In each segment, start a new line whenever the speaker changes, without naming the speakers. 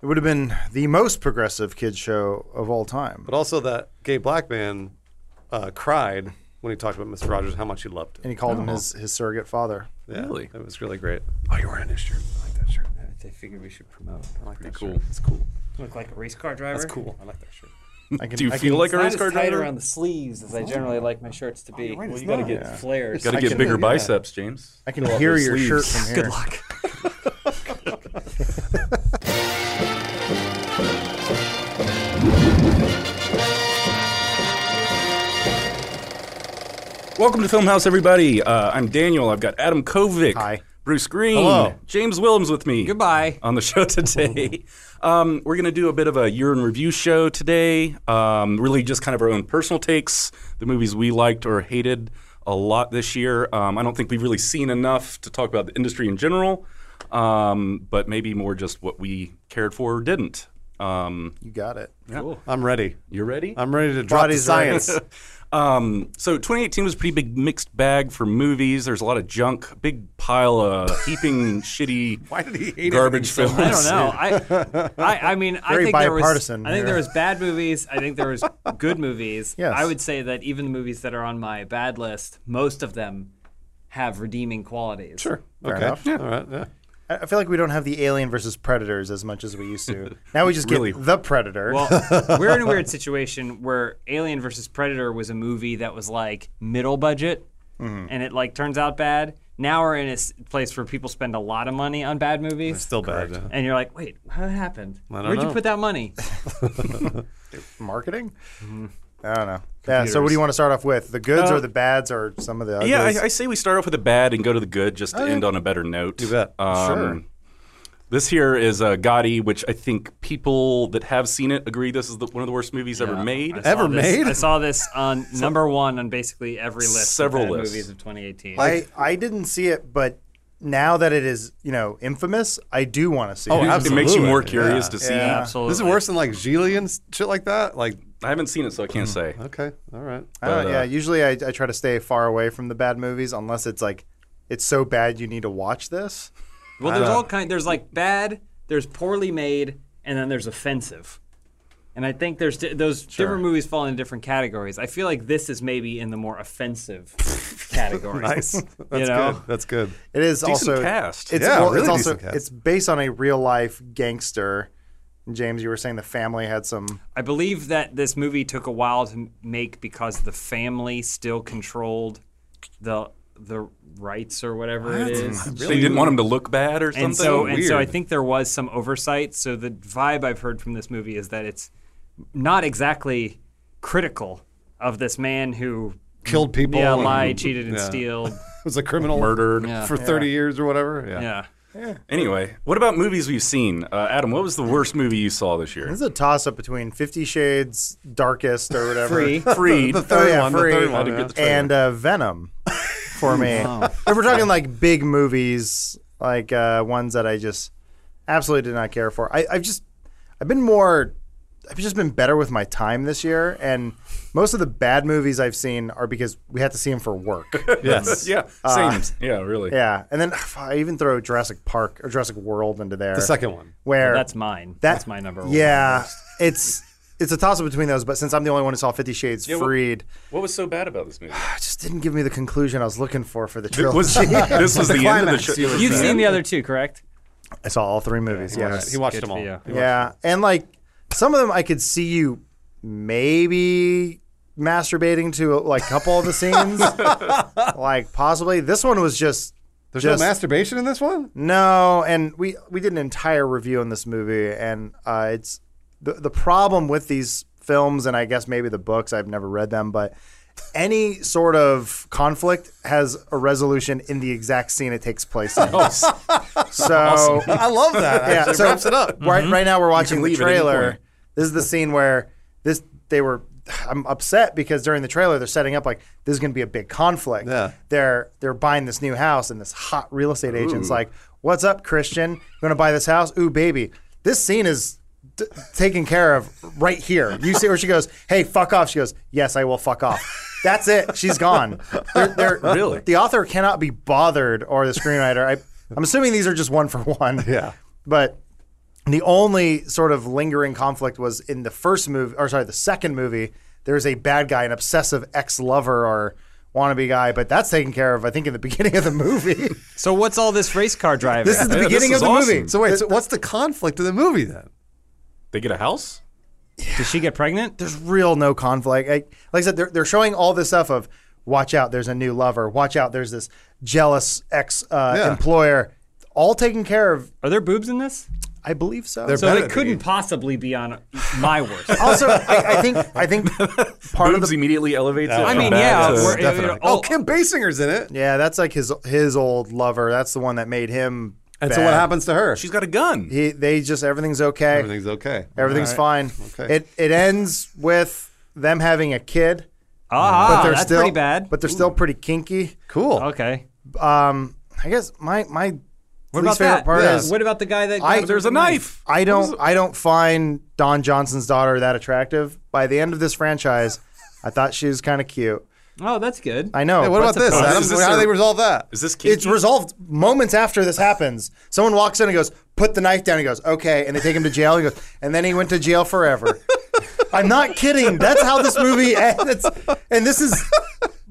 It would have been the most progressive kids show of all time.
But also that gay black man uh, cried when he talked about Mr. Rogers, how much he loved
And
him.
he called
Oh.
him his, his surrogate father.
Yeah,
Really?
It was really great. Oh, you're wearing this shirt. I like that shirt.
I figured we should promote.
I like that
cool.
shirt. It's cool.
Look like a race car driver.
That's cool. I like that shirt.
I can,
Do you
I
feel
can-
like a
Not
race
as
car
tight
driver?
around the sleeves as I generally like my shirts to be.
you're right,
well,
it's
you got to
not.
get
Yeah.
flares.
Got to
I
get
can-
bigger
yeah.
biceps, James.
I can
Fill out
hear
those
your shirt
sleeves.
from here.
Good luck.
Welcome to Film House, everybody. Uh, I'm Daniel. I've got Adam Kovic.
Hi.
Bruce Green.
Hello.
James Willems with me.
Goodbye.
On the show today. um, we're going to do a bit of a year in review show today. Um, really, just kind of our own personal takes, the movies we liked or hated a lot this year. Um, I don't think we've really seen enough to talk about the industry in general, um, but maybe more just what we cared for or didn't. Um,
You got it.
I'm ready.
you ready?
I'm ready to drop the
Body's ready.
science.
Um, so 2018 was a pretty big mixed bag for movies. There's a lot of junk, big pile of heaping shitty
Why did he hate
garbage
everything
films.
so much?
I don't know. I, I, I mean, I
Very
think there was.
bipartisan
I think
here.
there was bad movies. I think there was good movies.
Yes.
I would say that even the movies that are on my bad list, most of them have redeeming qualities.
Sure.
Fair
okay.
enough.
All right. Yeah.
I I feel like we don't have the alien versus predators as much as we used to. Now we just get
Really?
the predator.
Well, we're in a weird situation where Alien versus Predator was a movie that was like middle budget, and it like turns out bad. Now we're in a s- place where people spend a lot of money on bad movies.
Still bad. yeah.
and you're like, wait, how happened?
don't
Where'd
know.
you put that money?
Marketing?
mm-hmm.
I don't know. Yeah, so what do you want to start off with? The goods or the bads or some of the uglies?
Uh, Yeah, I, I say we start off with the bad and go to the good just to end on a better note. You
bet.
Sure.
This here is uh, Gotti, which I think people that have seen it agree this is the, one of the worst movies ever made.
I saw
Ever
this-
made?
I saw this on number one on basically every list. of
Several
bad
lists.
movies of 2018.
I, I didn't see it, but now that it is, you know, infamous, I do want to see
Oh,
it.
absolutely.
It makes you more
Yeah.
curious to see.
Yeah.
absolutely.
This is worse than like Gigli and s- shit like that. Like,
I haven't seen it, so I can't say.
okay, all right.
I don't- Oh, yeah, usually I, I try to stay far away from the bad movies unless it's like it's so bad you need to watch this.
Well, there's all kind. There's like bad. There's poorly made, and then there's offensive. And I think there's di- those different movies fall into different categories. I feel like this is maybe in the more offensive category.
Nice. That's
you know,
good. That's good.
It is
Decent
also
cast.
It's,
Yeah,
well,
really
it's also
decent cast.
it's based on a real life gangster. James, you were saying the family had some.
I believe that this movie took a while to m- make because the family still controlled the the rights or whatever it is.
They didn't want him to look bad or something.
and so and so I
Weird.
think there was some oversight. So the vibe I've heard from this movie is that it's not exactly critical of this man who
Killed people.
yeah
and
lied, cheated, and
Yeah.
steal.
Was a criminal.
murdered.
For 30 years or whatever. Yeah.
Yeah.
Anyway, what about movies we've seen? Uh, Adam, what was the worst movie you saw this year?
This is a toss up between Fifty Shades Darkest or whatever,
Free.
Freed.
The third
Oh, yeah,
one.
Free.
The third one.
Had a
yeah.
and uh, Venom for me. If we're talking like big movies, like uh, ones that I just absolutely did not care for, I, I've just I've been more. I've just been better with my time this year, and most of the bad movies I've seen are because we had to see them for work.
yes.
yeah, same. yeah, really.
Yeah, and then I even throw Jurassic Park or Jurassic World into there.
The second one.
where
That's mine.
that-
That's my number one.
Yeah, it's it's a toss up between those. But since I'm the only one who saw Fifty Shades
wh-
Freed,
What was so bad about this movie?
it just didn't give me the conclusion I was looking for for the trilogy.
was, this was the, end of the
climax.
show.
You've seen the other two, correct?
I saw all three movies. Yeah, yes.
He watched
Good
them
for
all.
you.
yeah, and like some of them, I could see you maybe masturbating to like a couple of the scenes, like possibly. This one was just
There's
just,
no masturbation in this one?
No, and we we did an entire review on this movie, and uh, it's the the problem with these films, and I guess maybe the books. I've never read them, but any sort of conflict has a resolution in the exact scene it takes place in. so
I love that.
yeah, so wraps it
up.
Right, right now we're watching the
leave at any
trailer.
point.
This is the scene where this they were. I'm upset because during the trailer they're setting up like this is going to be a big conflict.
Yeah.
They're they're buying this new house and this hot real estate agent's like, "What's up, Christian? You want to buy this house? Ooh, baby." This scene is d- taken care of right here. You see where she goes, "Hey, fuck off." She goes, "Yes, I will fuck off." That's it. She's gone. They're, they're,
Really?
The author cannot be bothered, or the screenwriter. I, I'm assuming these are just one for one.
Yeah.
But The only sort of lingering conflict was in the first movie, or sorry, the second movie. There's a bad guy, an obsessive ex-lover or wannabe guy, but that's taken care of, I think, in the beginning of the movie.
So what's all this race car driving?
this is the
Yeah, this
beginning
is
of the
awesome.
movie.
So wait, so what's the conflict of the movie then?
They get a house?
Did she get pregnant?
there's real no conflict. Like, like I said, they're, they're showing all this stuff of watch out, there's a new lover. Watch out, there's this jealous ex uh,
Yeah.
employer. All taken care of,
Are there boobs in this?
I believe so.
They're-
So
Better
it
be.
couldn't possibly be on my worst.
also, I, I think I think part of
Boobs
the
immediately elevates it.
I
from
mean,
bad
yeah,
to-
we're-
Definitely.
oh,
Oh, Kim Basinger's in it.
yeah, that's like his his old lover. That's the one that made him.
And
bad.
so what happens to her?
She's got a gun.
He, they just everything's okay.
Everything's okay.
Everything's fine.
Okay.
It it ends with them having a kid,
Ah,
but they're
that's
still
pretty bad.
But they're still pretty kinky.
Cool.
okay.
Um, I guess my my least
What about
favorite
that?
part
Yeah.
is
What about the guy that?
I-
got-
There's a knife.
I don't I don't find Don Johnson's daughter that attractive. By the end of this franchise, I thought she was kind of cute.
Oh, that's good.
I know.
Hey, what
but
about this,
surprised.
Adam?
Is this
How do
a-
they resolve that?
Is this
It's
kid?
resolved moments after this happens. Someone walks in and goes, "Put the knife down." He goes, "Okay," and they take him to jail. He goes, and then he went to jail forever. I'm not kidding. That's how this movie ends. And this is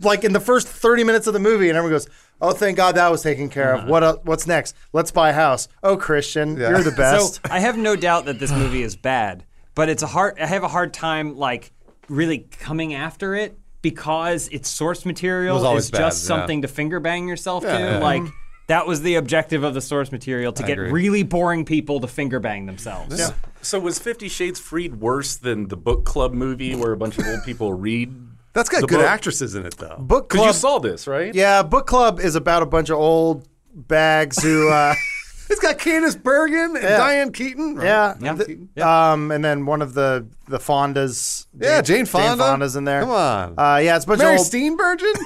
like in the first 30 minutes of the movie, and everyone goes, "Oh, thank God that was taken care of." What el what's next? Let's buy a house. Oh, Christian,
Yeah.
you're the best.
So I have no doubt that this movie is bad, but it's a hard. I have a hard time like really coming after it because its source material
was always
is
bad,
just
yeah.
something to finger bang yourself to.
yeah.
Like that was the objective of the source material to get
agree.
really boring people to finger bang themselves.
Yeah.
So was Fifty Shades Freed worse than the book club movie where a bunch of old people read?
That's got
The
good
book.
actresses in it though.
Book
Because you
club
saw this, right?
Yeah, book club is about a bunch of old bags who, uh,
It's got Candace Bergen and Diane Keaton. right?
yeah,
Yeah.
th- um, and then one of the the Fondas.
Yeah, Jane Fonda.
Fonda's in there.
Come on.
uh, yeah, it's a bunch
Mary
of old.
Steenburgen.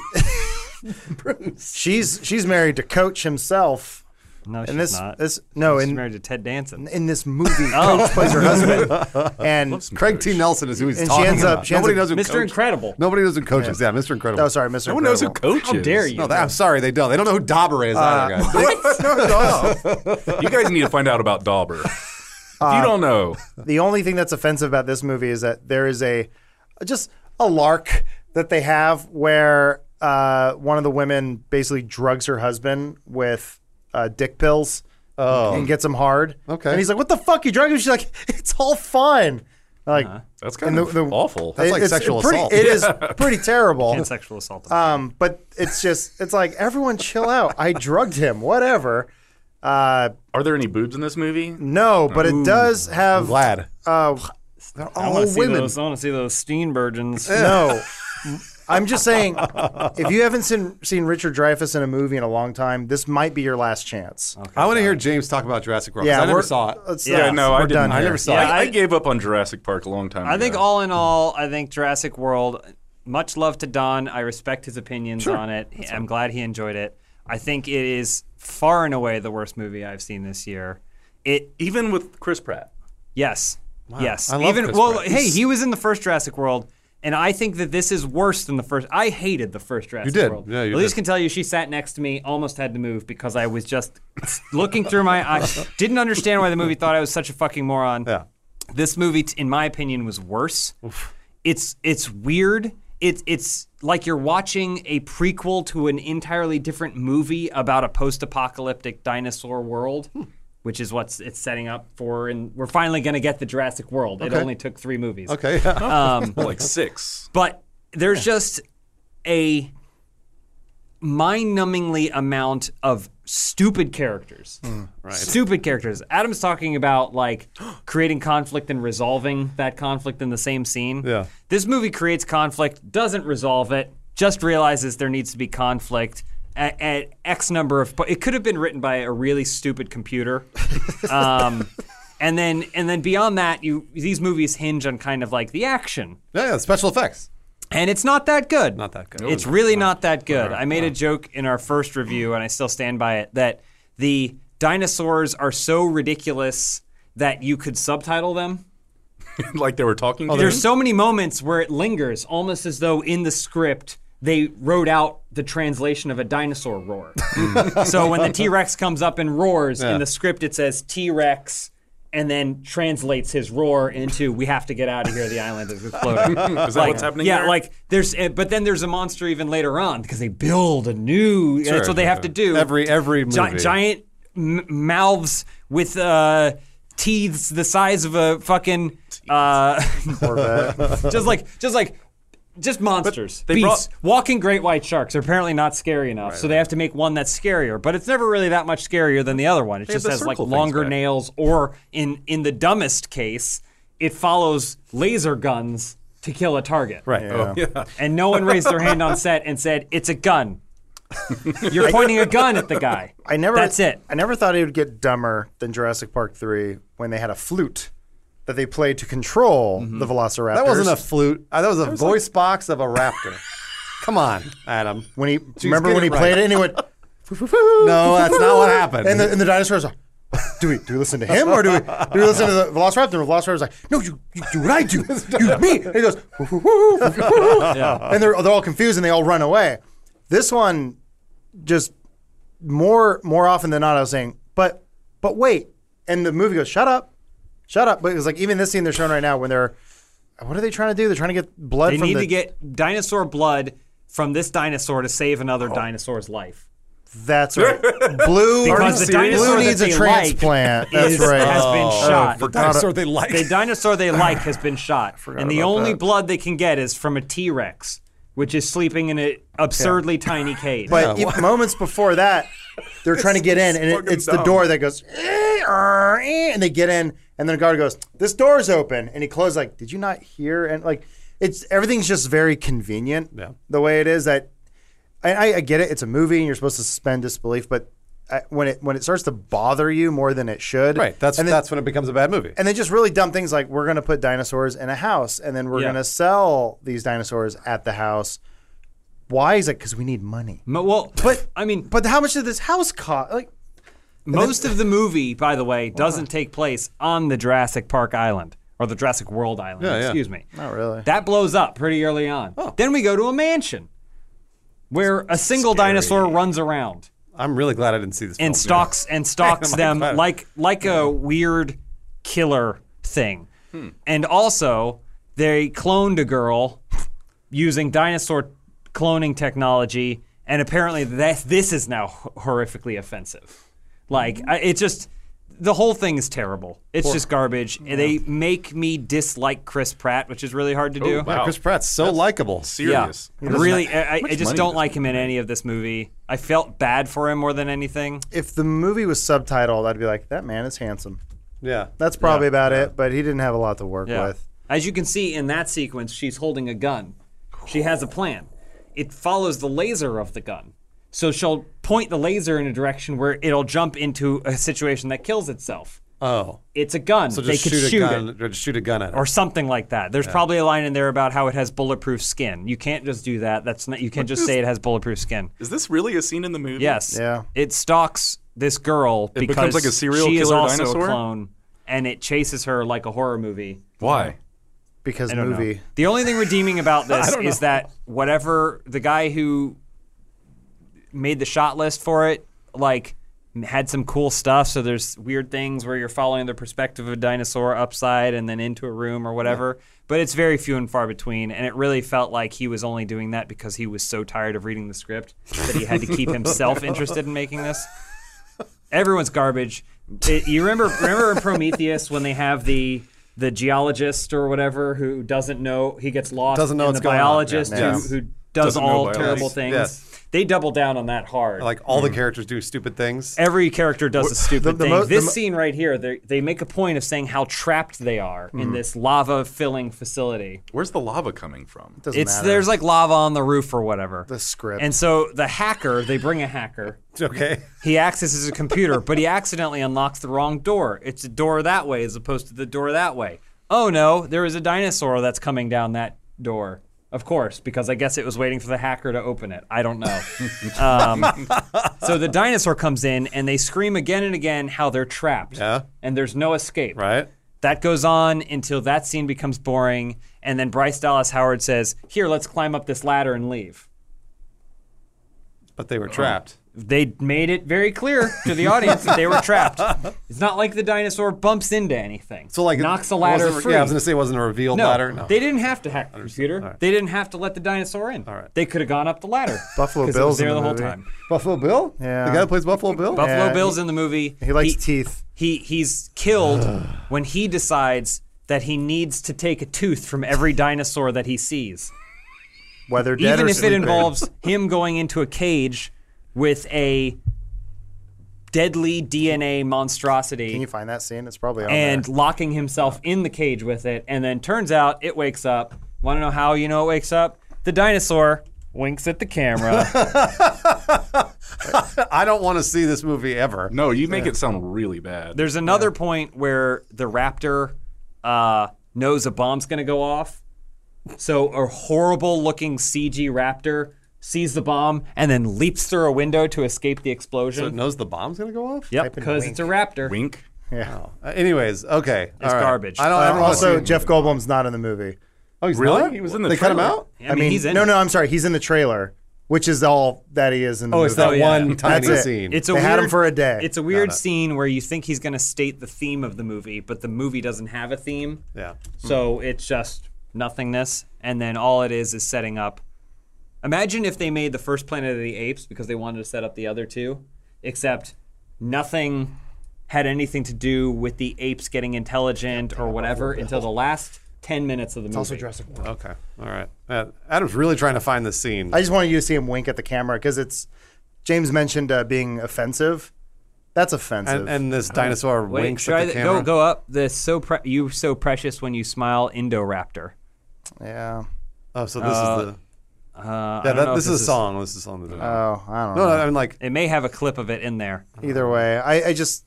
she's she's married to Coach himself.
No, she's
And this
not.
this
oh,
no
she's
in
married to Ted Danson.
in this movie, Coach plays her husband, and
Craig T. Nelson is who he's
And she
talking
ends up-
about.
she ends
Nobody
up-
knows who
Mr.
Coach-
Incredible.
Nobody knows who coaches. Yeah, Mr. Incredible.
oh, sorry, Mr.
No one knows who
Incredible. Uh,
coach
How
is.
dare you?
No, that, I'm sorry, they don't. They don't know who Dauber is either, guys.
You guys need to find out about Dauber. If you don't know,
The only thing that's offensive about this movie is that there is a just a lark that they have where uh, one of the women basically drugs her husband with uh, dick pills and gets him hard.
Oh. Okay.
And he's like, "What the fuck? You drugged him?" She's like, "It's all fine." Like
Uh-huh. that's kind
the-
of
the-
awful.
That's like
it's
sexual
pretty,
assault.
It is pretty terrible.
and sexual assault.
Uh,
Um, but it's just it's like everyone chill out. I drugged him, whatever. Uh,
Are there any boobs in this movie?
no, but it does have
Glad.
uh,
They're
I
all
want to see
Oh, women.
those. I want to see those Steenburgens.
No. I'm just saying, if you haven't seen seen Richard Dreyfuss in a movie in a long time, this might be your last chance.
I want to hear James talk about Jurassic World. 'cause I never
we're-
saw it.
let's-
Yeah,
let's-
no,
we're
I didn't.
done.
I
here.
never saw.
Yeah,
it. I,
I-
I gave up on Jurassic Park a long time ago.
I think all in all, I think Jurassic World. Much love to Don. I respect his opinions on it. I'm glad he enjoyed it. I think it is far and away the worst movie I've seen this year. It
even with Chris Pratt.
yes, yes.
I love
Even
Chris
well,
Pratt.
hey, he was in the first Jurassic World, and I think that this is worse than the first. I hated the first Jurassic
You did.
World.
Yeah, you
Elise
did.
can tell you, she sat next to me, almost had to move because I was just looking through my eyes. Didn't understand why the movie thought I was such a fucking moron
Yeah.
this movie, t- in my opinion, was worse. It's it's weird. It's it's like you're watching a prequel to an entirely different movie about a post-apocalyptic dinosaur world, which is what it's setting up for. And we're finally going to get the Jurassic World. It only took three movies.
Okay. Yeah.
Well, like six.
But there's just a mind-numbingly amount of stupid characters. Stupid characters. Adam's talking about like creating conflict and resolving that conflict in the same scene.
Yeah.
This movie creates conflict, doesn't resolve it, just realizes there needs to be conflict. At, at X number of, but it could have been written by a really stupid computer. Um, and then, and then beyond that, you these movies hinge on kind of like the action
yeah, yeah. Special effects.
and it's not that good.
Not that good.
It's really not that good. I made a joke in our first review, and I still stand by it, that the dinosaurs are so ridiculous that you could subtitle them.
like they were talking. to
There's
him.
Oh, so many moments where it lingers, almost as though in the script they wrote out the translation of a dinosaur
Hmm.
roar. so when the T Rex comes up and roars, in the script it says T Rex. and then translates his roar into "We have to get out of here. The island is exploding."
Hmm, Is that what's happening?
Yeah,
there?
like there's, uh, but then there's a monster even later on because they build a new. that's what they have to do.
Every every movie.
Gi- giant m- mouths with uh, teeth the size of a fucking uh, just like just like just monsters
they
beasts
brought-
walking great white sharks are apparently not scary enough so they have to make one that's scarier but it's never really that much scarier than the other one it
had
just
the
has like
circle things
longer
back.
nails or in in the dumbest case it follows laser guns to kill a target
Right.
Yeah.
and no one raised their hand on set and said, "It's a gun." You're pointing a gun at the guy.
I never.
That's it.
I never thought it would get dumber than Jurassic Park three when they had a flute that they played to control
Mm-hmm.
the Velociraptors.
That wasn't a flute. Uh, that was a voice box of a raptor. Come on, Adam.
when he remember
get
when
it
he
right.
played it and he went.
No, that's not what happened.
And the, and the dinosaurs. Are, do we do we listen to him or do we do we listen to the Velociraptor? And the Velociraptor's like, no, you, you do what I do. You me. And he goes, and they're they're all confused and they all run away. This one, just more more often than not, I was saying, but but wait, and the movie goes, shut up, shut up. But it was like even this scene they're showing right now when they're, what are they trying to do? They're trying to get blood.
They
from
need
the,
to get dinosaur blood from this dinosaur to save another
Oh.
dinosaur's life.
That's right. Blue,
Because the dinosaur
Blue
that
needs
they
a transplant.
like
That's
is-
right.
has been
Oh,
shot.
the dinosaur they like.
the dinosaur they like has been shot, and the
about
only
that.
blood they can get is from a T-Rex, which is sleeping in an absurdly tiny cage.
But e- moments before that, they're trying to get in, and it,
fucking
it's the
dumb.
door that goes, "Eh, er, eh," and they get in, and then the guard goes, "This door's open," and he closes. Like, did you not hear? And like, it's everything's just very convenient.
Yeah.
The way it is that, I, I, I get it. It's a movie, and you're supposed to suspend disbelief, but. I, when it when it starts to bother you more than it should,
right. That's
and then-
that's when it becomes a bad movie.
and then just really dumb things like we're going to put dinosaurs in a house and then we're
Yeah.
going to sell these dinosaurs at the house. Why is it? Because we need money.
Mo- well, but I mean,
But how much did this house cost? Like,
Most of the movie, by the way, doesn't take place on the Jurassic Park Island or the Jurassic World Island.
Yeah, Oh. yeah.
Excuse me.
not really.
That blows up pretty early on. Then we go to a mansion where a single dinosaur runs around
I'm really glad I didn't see this.
and
film.
Oh,
stalks and stalks
Like
them
that.
like like a
Hmm.
weird killer thing. And also, they cloned a girl using dinosaur cloning technology, and apparently that this is now ho- horrifically offensive. Like
Mm-hmm.
I, it just. The whole thing is terrible. It's just garbage. And They make me dislike Chris Pratt, which is really hard to do.
Oh, wow.
Yeah, Chris Pratt's so likable.
Serious.
Yeah, really, I, I- I
money
just don't
does
like him in any of this movie. I felt bad for him more than anything.
If the movie was subtitled, I'd be like, that man is handsome.
Yeah.
That's probably about it, but he didn't have a lot to work
Yeah.
with.
As you can see in that sequence, she's holding a gun. She has a plan. It follows the laser of the gun. So she'll point the laser in a direction where it'll jump into a situation that kills itself.
Oh.
It's a gun.
So
they
just
could
shoot a
shoot,
gun.
it.
Just shoot a gun at it.
Or something like that. There's probably a line in there about how it has bulletproof skin. You can't just do that. That's not. You can't just say it has bulletproof skin.
Is this really a scene in the movie?
Yes.
Yeah.
It stalks this girl because
becomes like a serial
she is
killer
also
dinosaur?
a clone, and it chases her like a horror movie.
Why?
Because
I don't know.
movie.
The only thing redeeming about this is that whatever the guy who made the shot list for it, like had some cool stuff. So there's weird things where you're following the perspective of a dinosaur upside and then into a room or whatever. But it's very few and far between, and it really felt like he was only doing that because he was so tired of reading the script that he had to keep himself interested in making this. Everyone's garbage. It- you remember remember in Prometheus when they have the the geologist or whatever who doesn't know he gets lost
Doesn't know
and
what's
the
going on.
biologist
Yeah.
who,
Yes.
who does
Doesn't know
all
biology.
terrible
Yes,
things.
yes.
They double down on that hard.
like all
Hmm.
the characters do stupid things.
every character does a stupid
the- the
thing.
mo- the
this
mo-
scene right here, they they make a point of saying how trapped they are in this lava filling facility.
Where's the lava coming from?
Doesn't
It's
matter.
there's like lava on the roof or whatever.
the script.
and so the hacker, they bring a hacker.
Okay.
He accesses a computer, but he accidentally unlocks the wrong door. It's a door that way as opposed to the door that way. Oh no, there is a dinosaur that's coming down that door. Of course, because I guess it was waiting for the hacker to open it. I don't know. um, so the dinosaur comes in and they scream again and again how they're trapped.
Yeah.
And there's no escape.
Right.
That goes on until that scene becomes boring. And then Bryce Dallas Howard says, Here, let's climb up this ladder and leave. Uh-huh.
But they were trapped.
they made it very clear to the audience that they were trapped. It's not like the dinosaur bumps into anything.
So like it
knocks a ladder
wasn't-
free.
Yeah, I was gonna say it wasn't a revealed
no,
ladder. No.
they didn't have to hack the computer. They didn't have to let the dinosaur in.
right.
They could have gone up the ladder.
Buffalo
'cause it was
Bill's in
there
the
the, whole
movie.
time.
Buffalo Bill?
Yeah.
The guy that plays Buffalo Bill?
Buffalo
Yeah,
Bill's in the movie.
He likes teeth.
He he's killed when he decides that he needs to take a tooth from every dinosaur that he sees,
Whether dead
even
or
if it
sleeping.
involves him going into a cage with a deadly DNA monstrosity.
Can you find that scene? It's probably on
and
there.
locking himself in the cage with it. And then turns out it wakes up. Want to know how you know it wakes up? The dinosaur winks at the camera.
I don't want to see this movie ever.
No, you make it sound really bad.
There's another point where the raptor uh, knows a bomb's going to go off. So a horrible looking CG raptor sees the bomb and then leaps through a window to escape
So
the
it
explosion.
knows the bomb's gonna go off?
yep, because it's a raptor.
Wink.
Yeah.
Uh, anyways, okay. It's
garbage.
I don't
Uh,
ever want to see
also,
it.
Jeff Goldblum's not in the movie.
Oh, he's
Really?
not?
He was in the
They cut him
trailer.
out?
I, mean, he's in.
no,
it.
no. I'm sorry. He's in the trailer, which is all that he is in. The
Oh,
movie.
it's that
yeah.
one tiny
That's it.
scene.
It's a
They
weird,
had him for a day.
It's a weird scene where you think he's going to state the theme of the movie, but the movie doesn't have a theme.
yeah.
So it's just nothingness, and then all it is is setting up. Imagine if they made the first Planet of the Apes because they wanted to set up the other two, except nothing had anything to do with the apes getting intelligent or whatever until the last ten minutes of the movie.
Jurassic World.
Okay. All right. Uh, Adam's really trying to find this scene.
I just wanted you to see him wink at the camera because it's James mentioned uh, being offensive. That's offensive.
and, and this dinosaur
Wait,
winks
try
at the
the-
camera.
go go up. The so pre- you so precious when you smile, Indoraptor.
yeah.
Oh, so this is the.
Uh,
Yeah,
I don't
that,
know if
this, is a song. This is a song. That
Oh, I don't
no,
know.
no, I'm like,
It may have a clip of it in there.
Either way, I, I just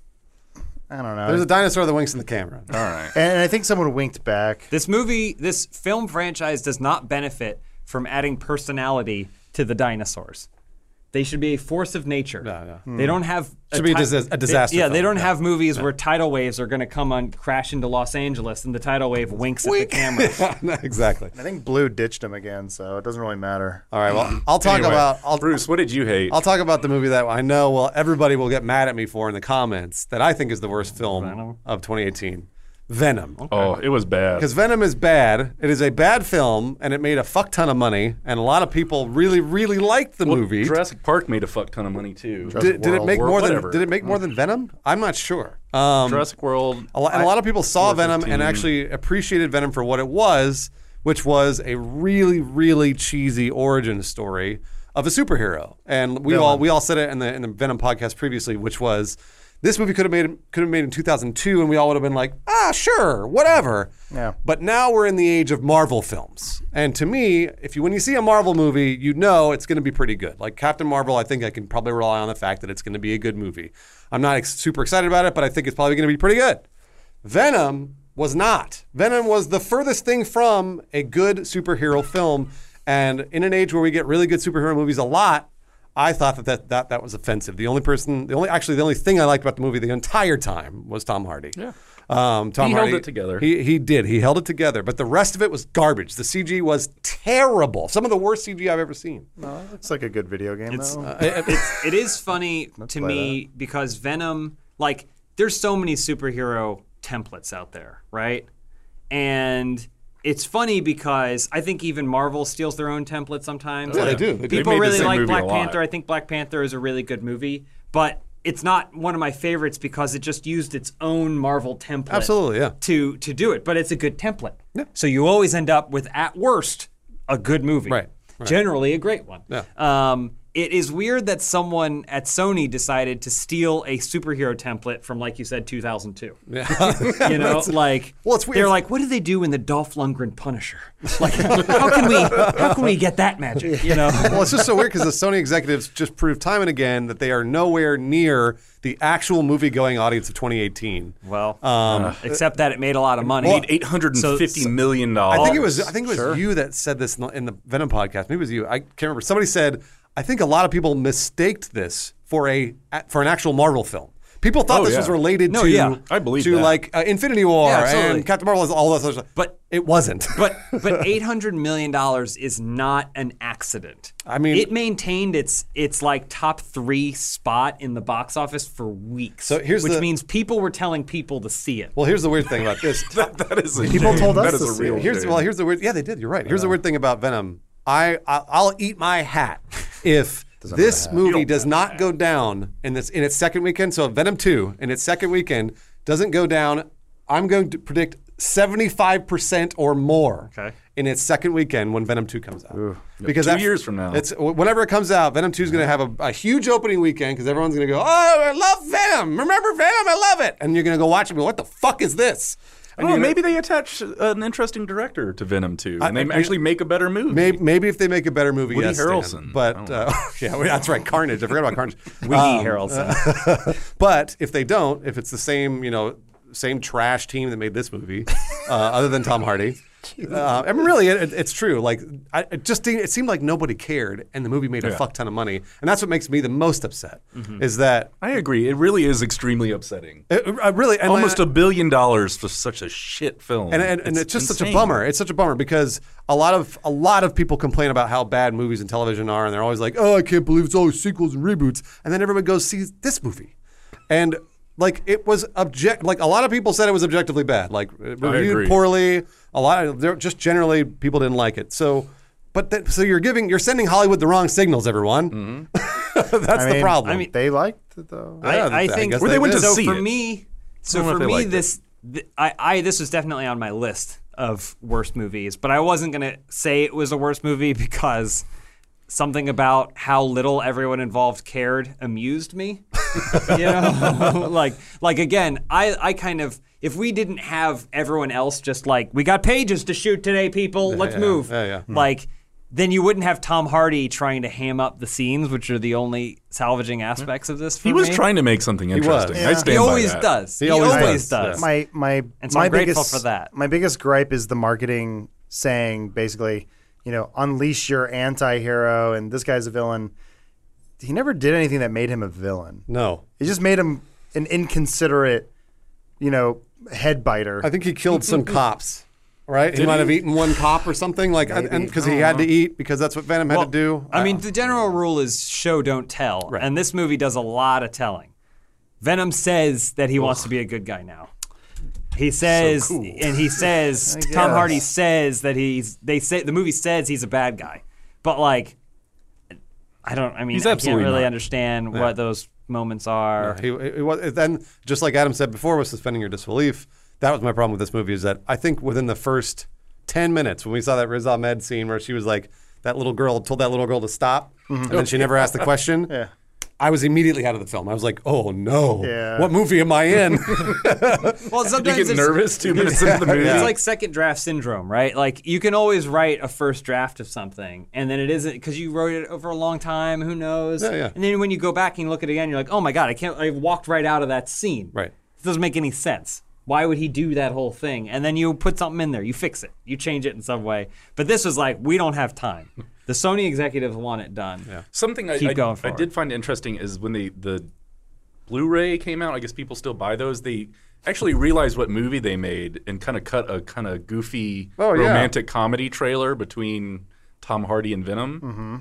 I don't know.
there's a dinosaur that winks in the camera.
All right.
and I think someone winked back.
This movie, this film franchise does not benefit from adding personality to the dinosaurs. They should be a force of nature.
No, no.
They don't have
Hmm. Should be a dis- a disaster
They, yeah, they
film,
don't
yeah.
have movies where tidal waves are going to come on crash into Los Angeles and the tidal wave winks at the camera.
No, exactly.
I think Blue ditched him again, so it doesn't really matter.
All right. Well, I'll talk
Anyway,
about. I'll,
Bruce, what did you hate?
I'll talk about the movie that I know. Well, everybody will get mad at me for in the comments that I think is the worst film of 2018, Venom.
oh, it was bad.
Because Venom is bad. It is a bad film, and it made a fuck ton of money, and a lot of people really, really liked the movie.
Jurassic Park made a fuck ton of money too.
did, did it make
World,
more
whatever.
than Did it make more than Venom? I'm not sure. Um,
Jurassic World.
A lot, and a lot of people saw Venom
15.
and actually appreciated Venom for what it was, which was a really, really cheesy origin story of a superhero. And we all we all said it in the in the Venom podcast previously, which was this movie could have made could have made in 2002, and we all would have been like, ah, sure, whatever.
Yeah.
But now we're in the age of Marvel films, and to me, if you when you see a Marvel movie, you know it's going to be pretty good. Like Captain Marvel, I think I can probably rely on the fact that it's going to be a good movie. I'm not ex- super excited about it, but I think it's probably going to be pretty good. Venom was not. Venom was the furthest thing from a good superhero film, and in an age where we get really good superhero movies a lot, I thought that that, that that was offensive. The only person, the only actually the only thing I liked about the movie the entire time was Tom Hardy. Yeah. Um, Tom
He held
Hardy,
it together.
He he did. He held it together, but the rest of it was garbage. The CG was terrible. Some of the worst CG I've ever seen.
It's like a good video game though.
uh,
it's, it is funny to me because Venom, like, there's so many superhero templates out there, right? And it's funny because I think even Marvel steals their own template sometimes.
Yeah,
Like,
they do. They do.
People
Oh, They made the
really
same
like
movie
Black
a lot.
Panther. I think Black Panther is a really good movie, but it's not one of my favorites because it just used its own Marvel template
Absolutely, yeah.
to to do it, but it's a good template. So you always end up with at worst a good movie,
Right, right.
Generally a great one.
Yeah.
Um, it is weird that someone at Sony decided to steal a superhero template from, like you said, 2002. Yeah. you know, like
Well, it's weird.
They're like, what do they do in the Dolph Lundgren Punisher? Like, how can we how can we get that magic? You know.
well, it's just so weird because the Sony executives just proved time and again that they are nowhere near the actual movie-going audience of 2018.
Well,
um,
except that it made a lot of money.
made eight hundred and fifty million dollars.
I think it was I think it was you that said this in the- in the Venom podcast. Maybe it was you. I can't remember. Somebody said I think a lot of people mistaked this for a for an actual Marvel film People thought
Oh,
this
yeah.
was related
No,
to
yeah, I believe
to
that.
like uh, Infinity War
Yeah, absolutely.
and Captain Marvel and all that sort of stuff.
But-
it wasn't.
But but eight hundred million dollars is not an accident.
I mean-
it maintained its its like top three spot in the box office for weeks.
So here's
which
the-
means people were telling people to see it.
well, here's the weird thing about this.
That, that is a
People
shame.
told us
That is
to
a
see it.
real
Here's
shame.
well, here's the weird. Yeah, they did. You're right. Here's
Uh-huh.
the weird thing about Venom. I, I I'll eat my hat if this movie does not go down in this in its second weekend. So Venom two in its second weekend doesn't go down. I'm going to predict 75 percent or more
Okay.
in its second weekend when Venom two comes out. Because
Two
that-
years from now.
it's whenever it comes out. Venom two is going to have a, a huge opening weekend because everyone's going to go, "Oh, I love Venom! Remember Venom? I love it!" And you're going to go watch it. and go, What the fuck is this?
I don't know, maybe they attach an interesting director to Venom 2 and they actually make a better movie.
Maybe, maybe if they make a better movie,
Woody
yes, Stan.
Harrelson. I
But
don't
uh, yeah, well, that's right, Carnage. I forgot about Carnage.
We
Um,
Harrelson.
but if they don't, if it's the same, you know, same trash team that made this movie, uh, other than Tom Hardy, uh, I mean, really, it, it- it's true. Like, I, it just didn't- it seemed like nobody cared, and the movie made a fuck ton of money, and that's what makes me the most upset.
Mm-hmm.
Is that
I agree. It really is extremely upsetting.
it, I Uh, really and
Almost
I-
a billion dollars for such a shit film.
and and, and it's, just such a
insane.
bummer. It's such a bummer because a lot of a lot of people complain about how bad movies and television are, and they're always like, "Oh, I can't believe it's always sequels and reboots," and then everyone goes sees this movie, and like it was object. Like a lot of people said it was objectively bad, like it
agree.
reviewed poorly. A lot of there just generally people didn't like it. So. But that, so you're giving you're sending Hollywood the wrong signals, everyone.
Mm-hmm.
That's the problem.
they liked it though.
Yeah,
I,
I
I think
guess Or they they
went did. to
so
see
for
it.
me. So
don't know
for
if they
me,
liked it.
this th- I, I this was definitely on my list of worst movies, but I wasn't gonna say it was a worst movie because something about how little everyone involved cared amused me. you know, like like again, I I kind of. If we didn't have everyone else just like we got pages to shoot today, people, let's
yeah,
move.
yeah,
Hmm.
yeah.
Like then you wouldn't have Tom Hardy trying to ham up the scenes, which are the only salvaging aspects of this. For
Hmm. He was
me.
trying to make something interesting. I stand
He
by
always
that.
does. He,
always
always,
does,
does.
My my
And so
my
I'm grateful
biggest
for that.
My biggest gripe is the marketing saying basically, you know, unleash your anti-hero and this guy's a villain. He never did anything that made him a villain.
no,
It just made him an inconsiderate, you know, head biter.
I think he killed some cops. Right? he
Did
might
he?
have eaten one cop or something like because he had to eat because that's what Venom had to do.
I mean, the general rule is show don't tell, and this movie does a lot of telling. Venom says that he wants to be a good guy now. He says, and he says, Tom Hardy says that he's. They say the movie says he's a bad guy, but like, I don't. I mean,
He's
I can't
absolutely
really
not.
understand what those moments are.
Uh, He, it was, then, just like Adam said before, was suspending your disbelief. That was my problem with this movie. Is that I think within the first ten minutes when we saw that Riz Ahmed scene where she was like that little girl told that little girl to stop, and then she never asked the question. yeah. I was immediately out of the film. I was like, "Oh no!
Yeah.
What movie am I in?"
Well,
You
sometimes
get
it's-
nervous two minutes into the movie.
It's like second draft syndrome, right? Like you can always write a first draft of something, and then it isn't because you wrote it over a long time. Who knows?
Yeah, yeah.
And then when you go back and you look at it again, you're like, oh my god, I can't. I walked right out of that scene.
Right.
This doesn't make any sense. Why would he do that whole thing? And then you put something in there, you fix it, you change it in some way. But this was like, we don't have time. The Sony executives want it done. Yeah.
Something I,
Keep
I,
going
I
forward.
did find interesting is when they, the Blu-ray came out. I guess people still buy those. They actually realized what movie they made and kind of cut a kind of goofy
Oh, yeah.
romantic comedy trailer between Tom Hardy and Venom. Mm-hmm.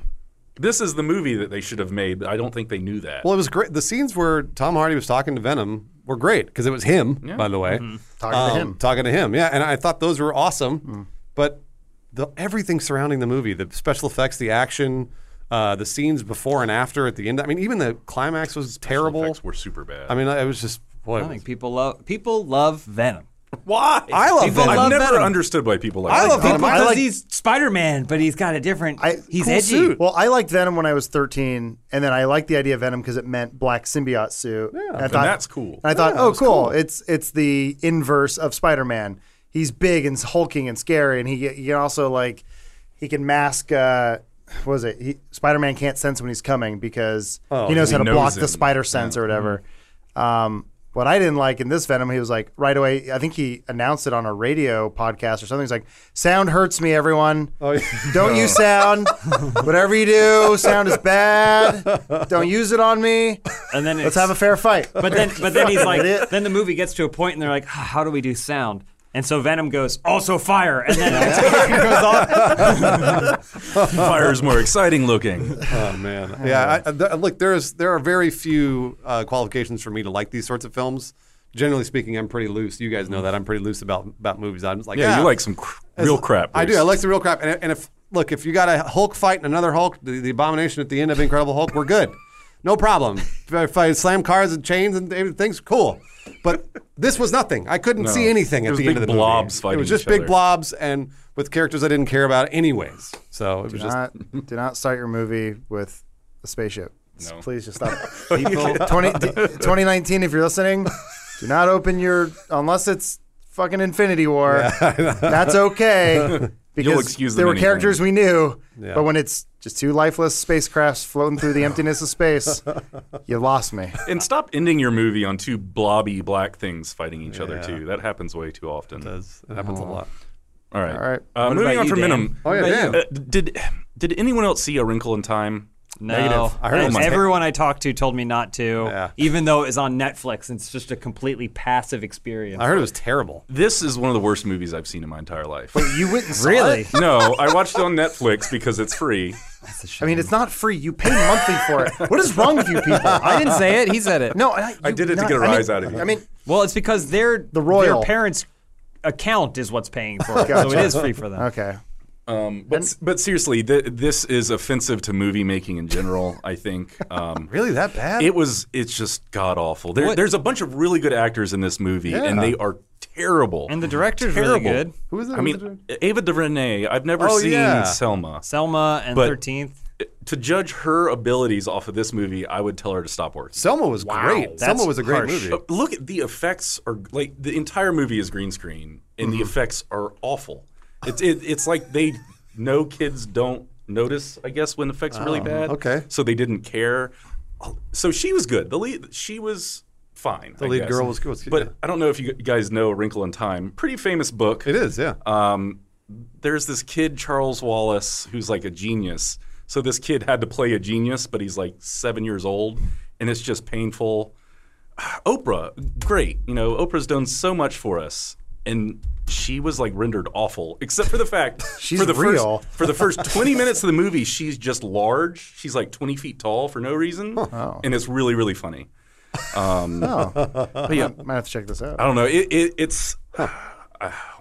This is the movie that they should have made, but I don't think they knew that.
Well, it was great. The scenes where Tom Hardy was talking to Venom were great because it was him, by the
Mm-hmm.
way, Um,
Talking to him. Mm.
talking to him. Yeah, and I thought those were awesome. But the, everything surrounding the movie, the special effects, the action, uh, the scenes before and after at the end. I mean, even the climax was terrible.
Effects were super bad.
I mean, I- it was just oh, boy.
I think people love people love Venom.
why?
I love
People
Venom.
love
I've never
Venom.
understood why people like.
I
that.
love Venom.
People,
I
because
like-
he's Spider Man, but he's got a different.
I-
he's
cool
edgy.
suit.
Well, I liked Venom when I was 13, and then I liked the idea of Venom because it meant black symbiote suit. Yeah, and I thought,
that's cool.
And I thought, oh, cool. It's it's the inverse of Spider-Man. He's big and hulking and scary, and he, he can also like he can mask. Uh, what was it? He, Spider-Man can't sense when he's coming because Oh, he knows Mm-hmm. how
he
to
knows
block
him.
the spider sense or whatever. Um, What I didn't like in this Venom, he was like right away. I think he announced it on a radio podcast or something. He's like, "Sound hurts me, everyone. Don't use sound. Whatever you do, sound is bad. Don't use it on me.
And then
Let's have a fair fight."
But then, but then he's like,
Idiot.
then the movie gets to a point, and they're like, "Ah, how do we do sound? And so Venom goes, also fire, and then it goes off.
Fire is more exciting looking.
Oh man, yeah. I, I- th- look, there's there are very few uh, qualifications for me to like these sorts of films. Generally speaking, I'm pretty loose. You guys know that I'm pretty loose about about movies. I'm just like,
Mm.
"Ah,
Yeah, you like some cr- real crap.
I do.
Bruce.
I like the real crap. And, and if look, if you got a Hulk fight and another Hulk, the, the abomination at the end of Incredible Hulk, we're good. No problem. if, I- if I slam cars and chains and things, cool. But this was nothing. I couldn't see anything
It
at
was
the
big
end of the
blobs
movie. It
fighting
was just
each
big
other.
blobs and with characters I didn't care about anyways. So it was just
not, do not start your movie with a spaceship. S-
No.
Please just stop. People, 20, d- 2019, if you're listening, do not open your unless it's fucking Infinity War. That's okay because
excuse
there
them
were
anything.
characters we knew,
Yeah.
but when it's just two lifeless spacecrafts floating through the emptiness of space, you lost me.
And stop ending your movie on two blobby black things fighting each other
Yeah.
too. That happens way too often.
it happens a lot.
All right.
All right.
Uh, moving
about
on
you,
from
Dan?
Venom.
Oh yeah,
But
damn.
Uh, did did anyone else see A Wrinkle in Time?
No,
Negative. I heard
And
it was-
everyone I talked to told me not to,
Yeah.
even though it was on Netflix. It's just a completely passive experience.
I heard it was terrible.
This is one of the worst movies I've seen in my entire life.
You wouldn't saw
really?
it?
no, I watched it on Netflix because it's free.
I mean, it's not free. You pay monthly for it. What is wrong with you people?
I
I,
didn't say it. He said it.
no, I,
I
you-
did it to
not-
get a
I mean-
rise out of you.
I mean,
Well, it's because their the
royal.
their parents' account is what's paying for it, so
Gotcha.
it is free for them.
okay.
Um, but but seriously, th- this is offensive to movie making in general. I think. Um,
Really that bad?
It was. It's just god awful. There, there's a bunch of really good actors in this movie, and they are terrible.
And the director's
terrible.
really good.
Who is it?
I mean, Ava DuVernay. I've never
Oh,
seen
yeah.
Selma.
Selma and
But-
Thirteenth.
To judge her abilities off of this movie, I would tell her to stop working.
Selma was great. Selma
that's
was a great
harsh.
movie.
Uh, Look at the effects are like the entire movie is green screen, and
Mm-hmm.
the effects are awful. It's it, it's like they know kids don't notice, I guess, when effects are really bad.
Ah, okay.
so they didn't care. Oh, So she was good. The lead, she was fine. The
lead girl was- was-
But
yeah.
I don't know if you guys know A Wrinkle in Time. Pretty famous book.
It is, yeah.
Um, there's this kid Charles Wallace who's like a genius. So this kid had to play a genius, but he's like seven years old, and it's just painful. Oprah, great. You know, Oprah's done so much for us, and she was like rendered awful, except for the fact
She's
for the
real.
First, for the first 20 minutes of the movie, she's just large. She's like 20 feet tall for no reason, and it's really, really funny.
Oh, but yeah, might have to check this out.
I don't know. It, it, it's oh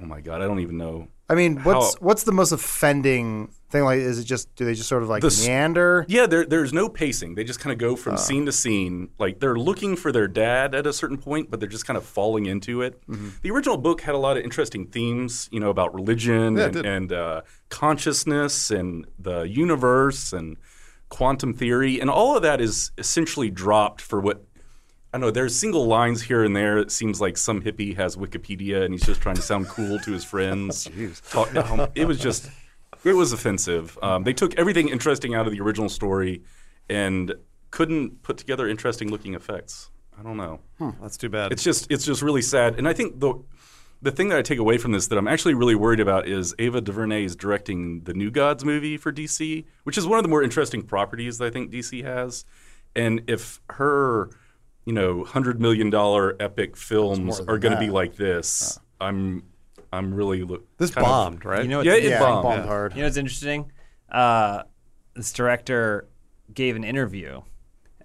my god, I don't even know.
I mean, what's
How-
what's the most offending thing? Like, is it just do they just sort of like
s-
meander?
Yeah, there, there's no pacing. They just kind of go from
Oh.
scene to scene. Like they're looking for their dad at a certain point, but they're just kind of falling into it.
Mm-hmm.
The original book had a lot of interesting themes, you know, about religion
it
and,
did.
and uh, consciousness and the universe and quantum theory, and all of that is essentially dropped for what. I know there's single lines here and there. It seems like some hippie has Wikipedia and he's just trying to sound cool to his friends. Talk- no, it was just it was offensive. Um, they took everything interesting out of the original story and couldn't put together interesting looking effects. I don't know.
That's too bad.
It's just it's just really sad. And I think the the thing that I take away from this that I'm actually really worried about is Ava DuVernay is directing the New Gods movie for DC, which is one of the more interesting properties that I think DC has. And if her, you know, hundred million dollar epic films are going to be like this, I'm I'm really look.
This
kind of-
bombed, right?
You know,
yeah,
it's-
it
yeah,
bombed.
bombed hard.
You know what's interesting? Uh, this director gave an interview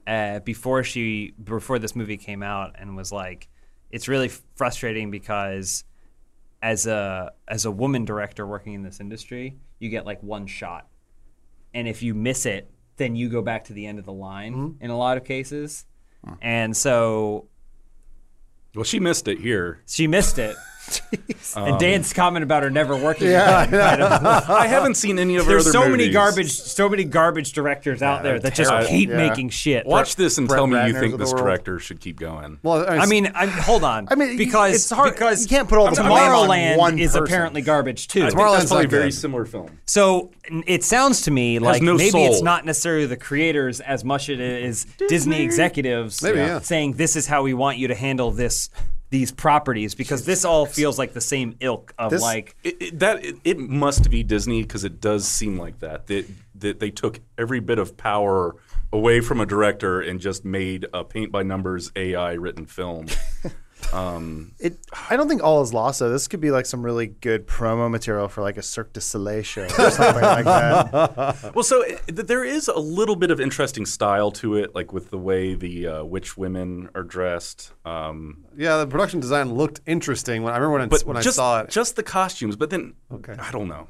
uh, before she before this movie came out and was like, "It's really frustrating because as a as a woman director working in this industry, you get like one shot, and if you miss it, then you go back to the end of the line in a lot of cases." And so
Well, she missed it here.
she missed it. and Dan's comment about her never working. again.
I haven't seen any of her
There's
other
so many
movies.
garbage, so many garbage directors out there that just
terrible.
keep
Yeah.
making shit.
Watch this and
Brett
tell me
Ratner's
you think
of the
this
world.
director should keep going.
Well,
I mean, I, hold on. I
mean,
because
it's hard-
because
you can't put all the blame on
Tomorrowland
one
is
person.
apparently garbage too.
I think that's
Tomorrowland's
probably a
not
very
good.
similar film.
So n- it sounds to me like
no
maybe it's
soul.
not necessarily the creators as much as it is Disney, executives
Maybe, yeah.
saying this is how we want you to handle this these properties because this all feels like the same ilk of
This-
like
It, it- that it, it must be Disney because it does seem like that. That that they took every bit of power away from a director and just made a paint by numbers AI written film.
It, I don't think all is lost though. This could be like some really good promo material for like a Cirque du Soleil show or something like that.
well, so it, th- there is a little bit of interesting style to it, like with the way the uh, witch women are dressed. Um,
yeah, the production design looked interesting. When I remember when I,
but
when
just
I saw it,
just the costumes. But then I don't know.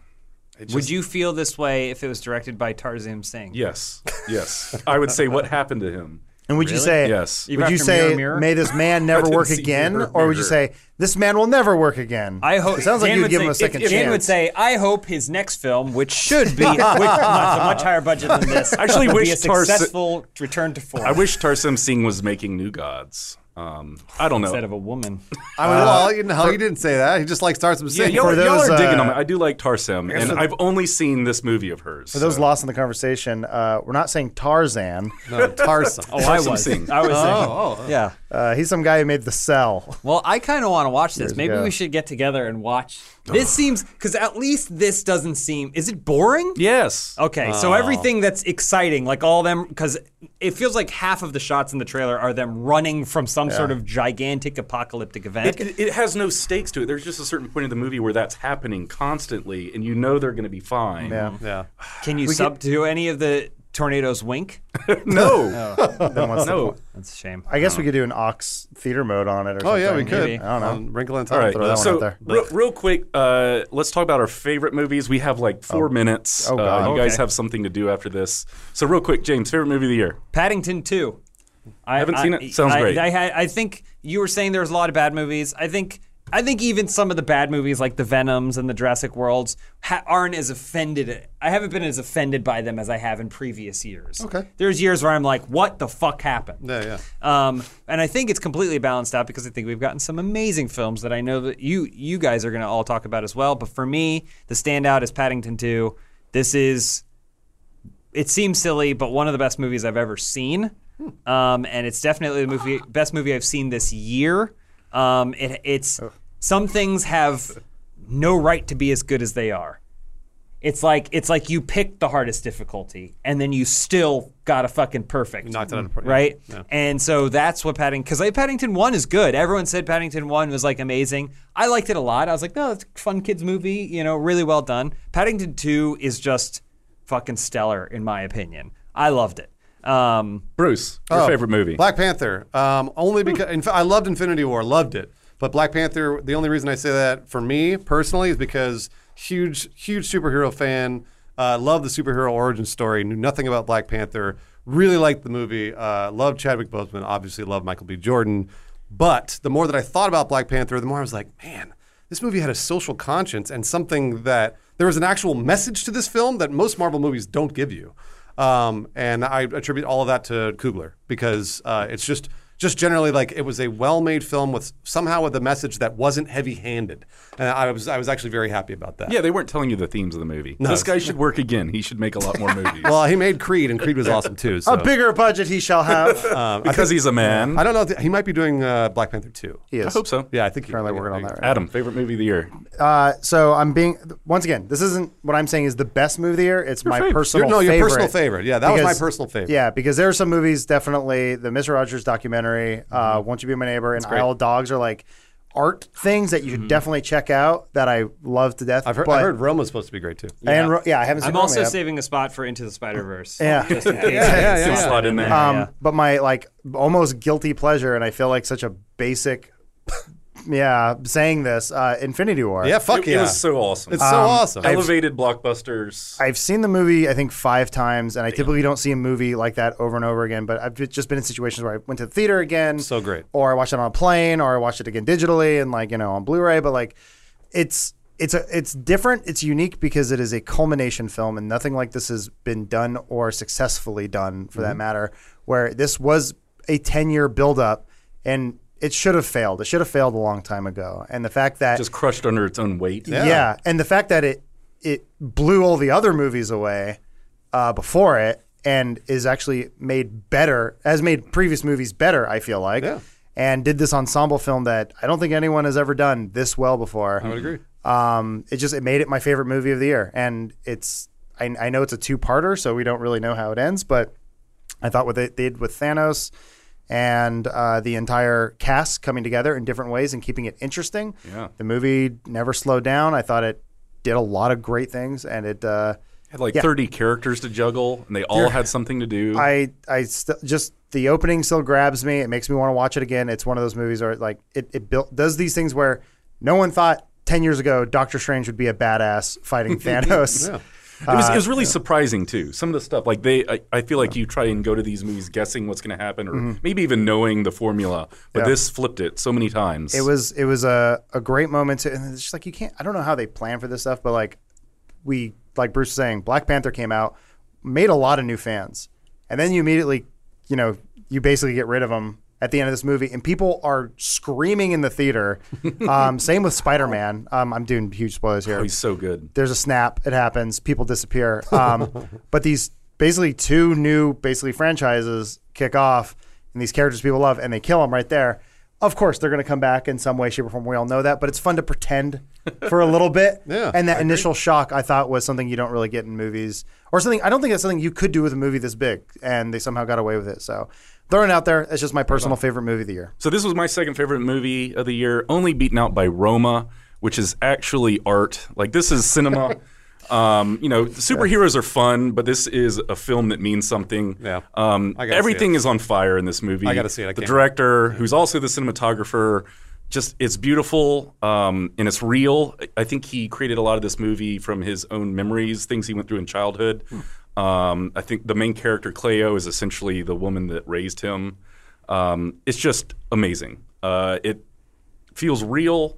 would you feel this way if it was directed by Tarzan Singh?
Yes, yes. I would say what happened to him.
And would you say,
Yes.
Even
would you
after
say,
Mirror, Mirror?
may this man never
didn't
work
see
again,
Mirror,
or would you
Mirror.
say, this man will never work again?
I hope
It sounds like
Dan
you'd
would
give him
say-
a second
if, if
chance.
Dan would say, "I hope his next film, which should be which, much, a much higher budget than this,
Actually
would be
wish
a
Tarzan-
successful return to form
I wish Tarsem Singh was making new gods. Um, I don't know.
instead of a woman."
I mean, well, you know, he didn't say that. He just like starts some
Yeah,
singing.
y'all,
For
y'all
those,
are digging
uh,
on me. I do like Tarsem, and I've only seen this movie of hers.
For those lost in the conversation, uh, we're not saying Tarzan.
no, Tarzan.
Oh, I
Tarsem
was.
Singh.
I was. Singh.
oh, oh.
Yeah.
Uh, he's some guy who made The Cell.
Well, I kind of want to watch this. Maybe
ago.
we should get together and watch. This seems because at least this doesn't seem. Is it boring?
yes.
Okay,
Oh.
so everything that's exciting, like all them, because it feels like half of the shots in the trailer are them running from some sort of gigantic apocalyptic event.
It, it has no stakes to it. There's just a certain point in the movie where that's happening constantly, and you know they're going to be fine.
Yeah.
uh, Yeah.
Can you sub to any of the tornadoes wink?
No,
Then what's the
no.
point?
That's a shame.
I guess we could do an Ox theater mode on it or
Uh-huh. Oh
something.
yeah, we could. Um,
Maybe.
I don't know.
On Wrinkle in Time.
All right.
Throw that one
so,
out there.
Real, real quick, uh, let's talk about our favorite movies. We have like four minutes.
Oh, God.
Uh, you guys
Okay.
have something to do after this. So, real quick, James, favorite movie of the year?
Paddington 2. I
Haven't seen it. Sounds
I,
great.
I, I, I think you were saying there's a lot of bad movies. I think I think even some of the bad movies like the Venoms and the Jurassic Worlds ha- aren't as offended. I haven't been as offended by them as I have in previous years.
Okay.
There's years where I'm like, what the fuck happened?
Yeah, yeah.
Um, and I think it's completely balanced out because I think we've gotten some amazing films that I know that you you guys are going to all talk about as well. But for me, the standout is Paddington 2. This is it seems silly, but one of the best movies I've ever seen. Um, and it's definitely the movie best movie I've seen this year. Um, it, it's some things have no right to be as good as they are. It's like it's like you picked the hardest difficulty and then you still got a fucking perfect.
Knocked it out of the park, yeah.
Right? And so that's what Paddington because like Paddington One is good. Everyone said Paddington One was like amazing. I liked it a lot. I was like, no, it's a fun kids movie, you know, really well done. Paddington Two is just fucking stellar in my opinion. I loved it. Um,
Bruce, your
Oh,
favorite movie? Hmm.
Black Panther. Um, only because in fa- I loved Infinity War, loved it. But Black Panther. The only reason I say that for me personally is because huge, huge superhero fan. Uh, love the superhero origin story. Knew nothing about Black Panther. Really liked the movie. Uh, loved Chadwick Boseman. Obviously loved Michael B. Jordan. But the more that I thought about Black Panther, the more I was like, man, this movie had a social conscience and something that there was an actual message to this film that most Marvel movies don't give you. Um, and I attribute all of that to Kugler because uh, it's just just generally like it was a well-made film with somehow with a message that wasn't heavy-handed, and I was I was actually very happy about that.
Yeah, they weren't telling you the themes of the movie. This guy should work again. He should make a lot more movies
Well, he made Creed, and Creed was awesome too. So.
A bigger budget he shall have.
Uh,
because he's a man.
I don't know. If he might be doing uh, Black Panther two.
he
I
is.
hope so.
Yeah, I think he's
Apparently working on that right
Adam, favorite movie of the year?
Uh, so I'm being once again. This isn't what I'm saying is the best movie of the year. It's my
favorite.
personal
Your- no, your
favorite.
personal favorite. Yeah, that was my personal favorite.
Yeah, because there are some movies definitely the Mister Rogers documentary, uh,
Mm-hmm.
"Won't You Be My Neighbor," and "Isle of Dogs" are like art things that you should definitely check out that I love to death.
Mm-hmm. I've heard,
but,
I heard Rome was supposed to be great too.
And ro- yeah, I haven't seen.
I'm
Rome
also
yet.
saving a spot for Into the Spider Verse.
Yeah. Uh,
Just in case.
yeah, yeah.
Still slide in there.
Um, But my like almost guilty pleasure, and I feel like such a basic yeah, saying this, uh, Infinity War.
Yeah, fuck
it,
yeah.
it was so awesome.
it's so
Um,
awesome.
Uh, elevated blockbusters.
I've seen the movie I think five times, and I typically don't see a movie like that over and over again. But I've ju- just been in situations where I went to the theater again,
So great.
or I watched it on a plane, or I watched it again digitally, and like you know on Blu-ray. But like, it's it's a it's different. It's unique because it is a culmination film, and nothing like this has been done or successfully done for
Mm-hmm.
that matter. Where this was a ten-year buildup, and it should have failed. It should have failed a long time ago. And the fact that
just crushed under its own weight.
yeah. and the fact that it it blew all the other movies away uh, before it, and is actually made better, has made previous movies better. I feel like,
Yeah.
and did this ensemble film that I don't think anyone has ever done this well before. I would
agree.
Um, it just it made it my favorite movie of the year, and it's I, I know it's a two parter, so we don't really know how it ends, but I thought what they did with Thanos and uh, the entire cast coming together in different ways and keeping it interesting.
Yeah.
The movie never slowed down. I thought it did a lot of great things, and it. Uh,
Had like
Yeah.
30 characters to juggle, and they all had something to do.
I I st- just the opening still grabs me. It makes me want to watch it again. It's one of those movies where like it it built does these things where no one thought ten years ago Doctor Strange would be a badass fighting Thanos.
it was, it
uh,
was really surprising too. Some of the stuff, like they, I, I feel like you try and go to these movies guessing what's going to happen, or maybe even knowing the formula. But
Mm-hmm. Yeah.
this flipped it so many times.
It was it was a, a great moment to, and it's just like you can't I don't know how they plan for this stuff, but like we like Bruce was saying, Black Panther came out, made a lot of new fans, and then you immediately you know you basically get rid of them at the end of this movie, and people are screaming in the theater. um, same with Spider Man. Um, I'm doing huge spoilers here
Oh, he's so good.
there's a snap, it happens, people disappear. Um, but these basically two new basically franchises kick off, and these characters people love, and they kill them right there. Of course, they're going to come back in some way, shape, or form. We all know that, but it's fun to pretend for a little bit.
Yeah,
and that initial shock, I thought, was something you don't really get in movies, or something. I don't think that's something you could do with a movie this big, and they somehow got away with it. So, throwing it out there, it's just my personal favorite movie of the year.
So this was my second favorite movie of the year, only beaten out by Roma, which is actually art. Like this is cinema. um, you know, superheroes are fun, but this is a film that means something.
Yeah.
Um,
I gotta see
everything is on fire in this movie. I
gotta see it. I
the
can't-
director, who's also the cinematographer, just it's beautiful um, and it's real. I- I think he created a lot of this movie from his own memories, things he went through in childhood.
Hmm.
Um, I think the main character Cleo is essentially the woman that raised him. Um, it's just amazing. Uh, it feels real,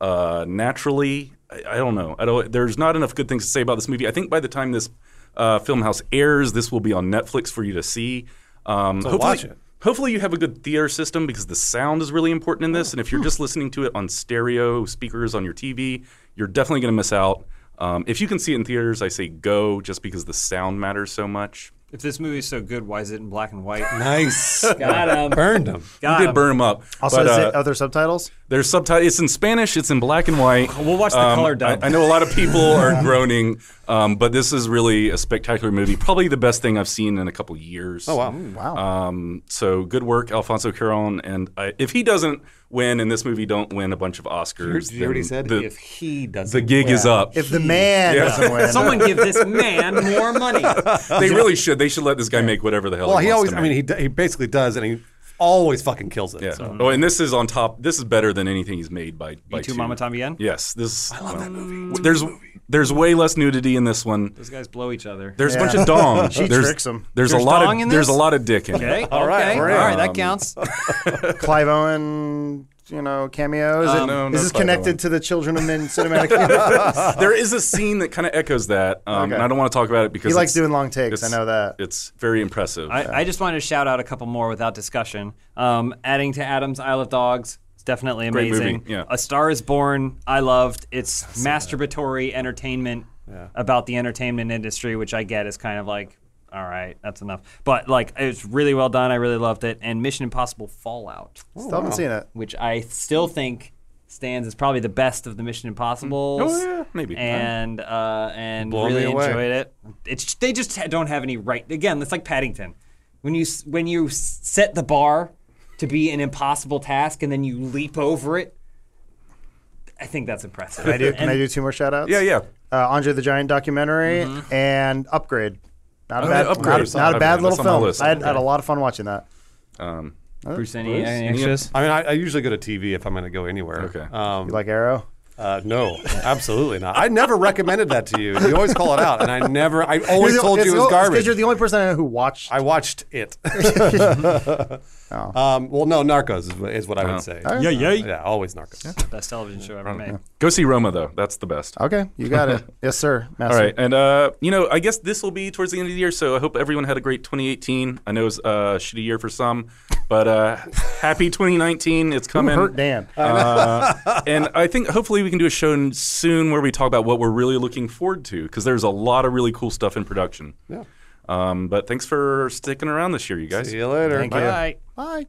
uh, naturally. I, I don't know. I don't. There's not enough good things to say about this movie. I think by the time this uh, film house airs, this will be on Netflix for you to see. Um, hopefully,
watch it.
Hopefully, you have a good theater system because the sound is really important in this. And if
Hmm.
you're just listening to it on stereo speakers on your TV, you're definitely going to miss out. Um, if you can see it in theaters, I say go just because the sound matters so much.
If this movie's so good, why is it in black and white?
Nice.
Got him.
Burned him.
Got
you did
him.
burn them up.
Also,
but,
is
uh,
it other subtitles?
There's subtitles. It's in Spanish. It's in black and white. Um,
We'll watch the color dub.
I, I know a lot of people are groaning, um, but this is really a spectacular movie. Probably the best thing I've seen in a couple years.
Oh, wow.
Wow.
Um, so good work, Alfonso Cuarón. And I, if he doesn't win and this movie don't win a bunch of Oscars,
You already
then
said
the,
if he doesn't.
the gig is up.
if the man doesn't win,
Someone give this man more money.
they really should. They should let this guy make whatever the hell.
well,
he,
he always.
wants to
I mean,
make.
he, d- he basically does, and he always fucking kills it.
yeah.
So.
Oh, and this is on top. This is better than anything he's made by. by
You two
two.
Mama Tommy again?
Yes, this. I love that movie. There's there's way less nudity in this one.
Those guys blow each other.
There's a bunch
Yeah.
of dong.
She
there's,
tricks 'em.
There's,
There's
a lot
dong in
of there's a
this?
lot of dick in
Okay.
it.
All
right,
Okay.
all
All
right.
right. That counts.
Clive Owen, you know, cameo? Is, it,
Um, No, no
is this
Clive
connected
Owen.
to the Children of Men cinematic universe?
There is a scene that kind of echoes that, um,
Okay.
and I don't want to talk about it because
he likes
it's-
doing long takes. I
it's-
know that.
It's very impressive.
I, I just wanted to shout out a couple more without discussion. Um, adding to Adam's Isle of Dogs, it's definitely
Great movie,
amazing.
yeah.
A Star is Born, I loved. It's masturbatory entertainment about the entertainment industry, which I get is kind of like, all right, that's enough. But like, it's really well done. I really loved it. And Mission Impossible Fallout,
Still haven't seen it.
which I still think stands as probably the best of the Mission Impossibles.
Oh, yeah, maybe.
And uh, and
Blow me
really
away.
enjoyed it. It's they just ha- don't have any right. Again, it's like Paddington. When you s- when you s- set the bar to be an impossible task and then you leap over it, I think that's impressive.
Can I do, can
And-
I do two more shout outs?
yeah, yeah.
Uh, Andre the Giant documentary and Upgrade. Not a
Oh,
bad,
yeah, Upgrade.
not, a- not a bad
Upgrade. That's
little
on my
film.
list.
I had, had a lot of fun watching that.
Um,
Bruce, any, any
any-
extras?
I mean, I, I usually go to TV if I'm going to go anywhere.
Okay.
Um,
You like Arrow?
uh, no, absolutely not. I never recommended that to you. You always call it out, and I never. I always told you it was garbage.
oh, Because you're the only person I know who watched. Oh,
I watched it. um, well, no, Narcos is, wh- is what I would say.
Yeah, yeah.
Oh. Yeah, always Narcos.
Best television show
Oh,
ever made.
Go see Roma though. That's the best.
okay, you got it. yes, sir. Master.
All right, and uh, you know, I guess this will be towards the end of the year. So I hope everyone had a great 2018. I know it's a shitty year for some, but uh, happy 2019. It's coming.
Hurt Dan.
Uh, and I think hopefully we can do a show n- soon where we talk about what we're really looking forward to because there's a lot of really cool stuff in production. Yeah. Um, but thanks for sticking around this year, you guys.
See you later.
Thank you. Bye.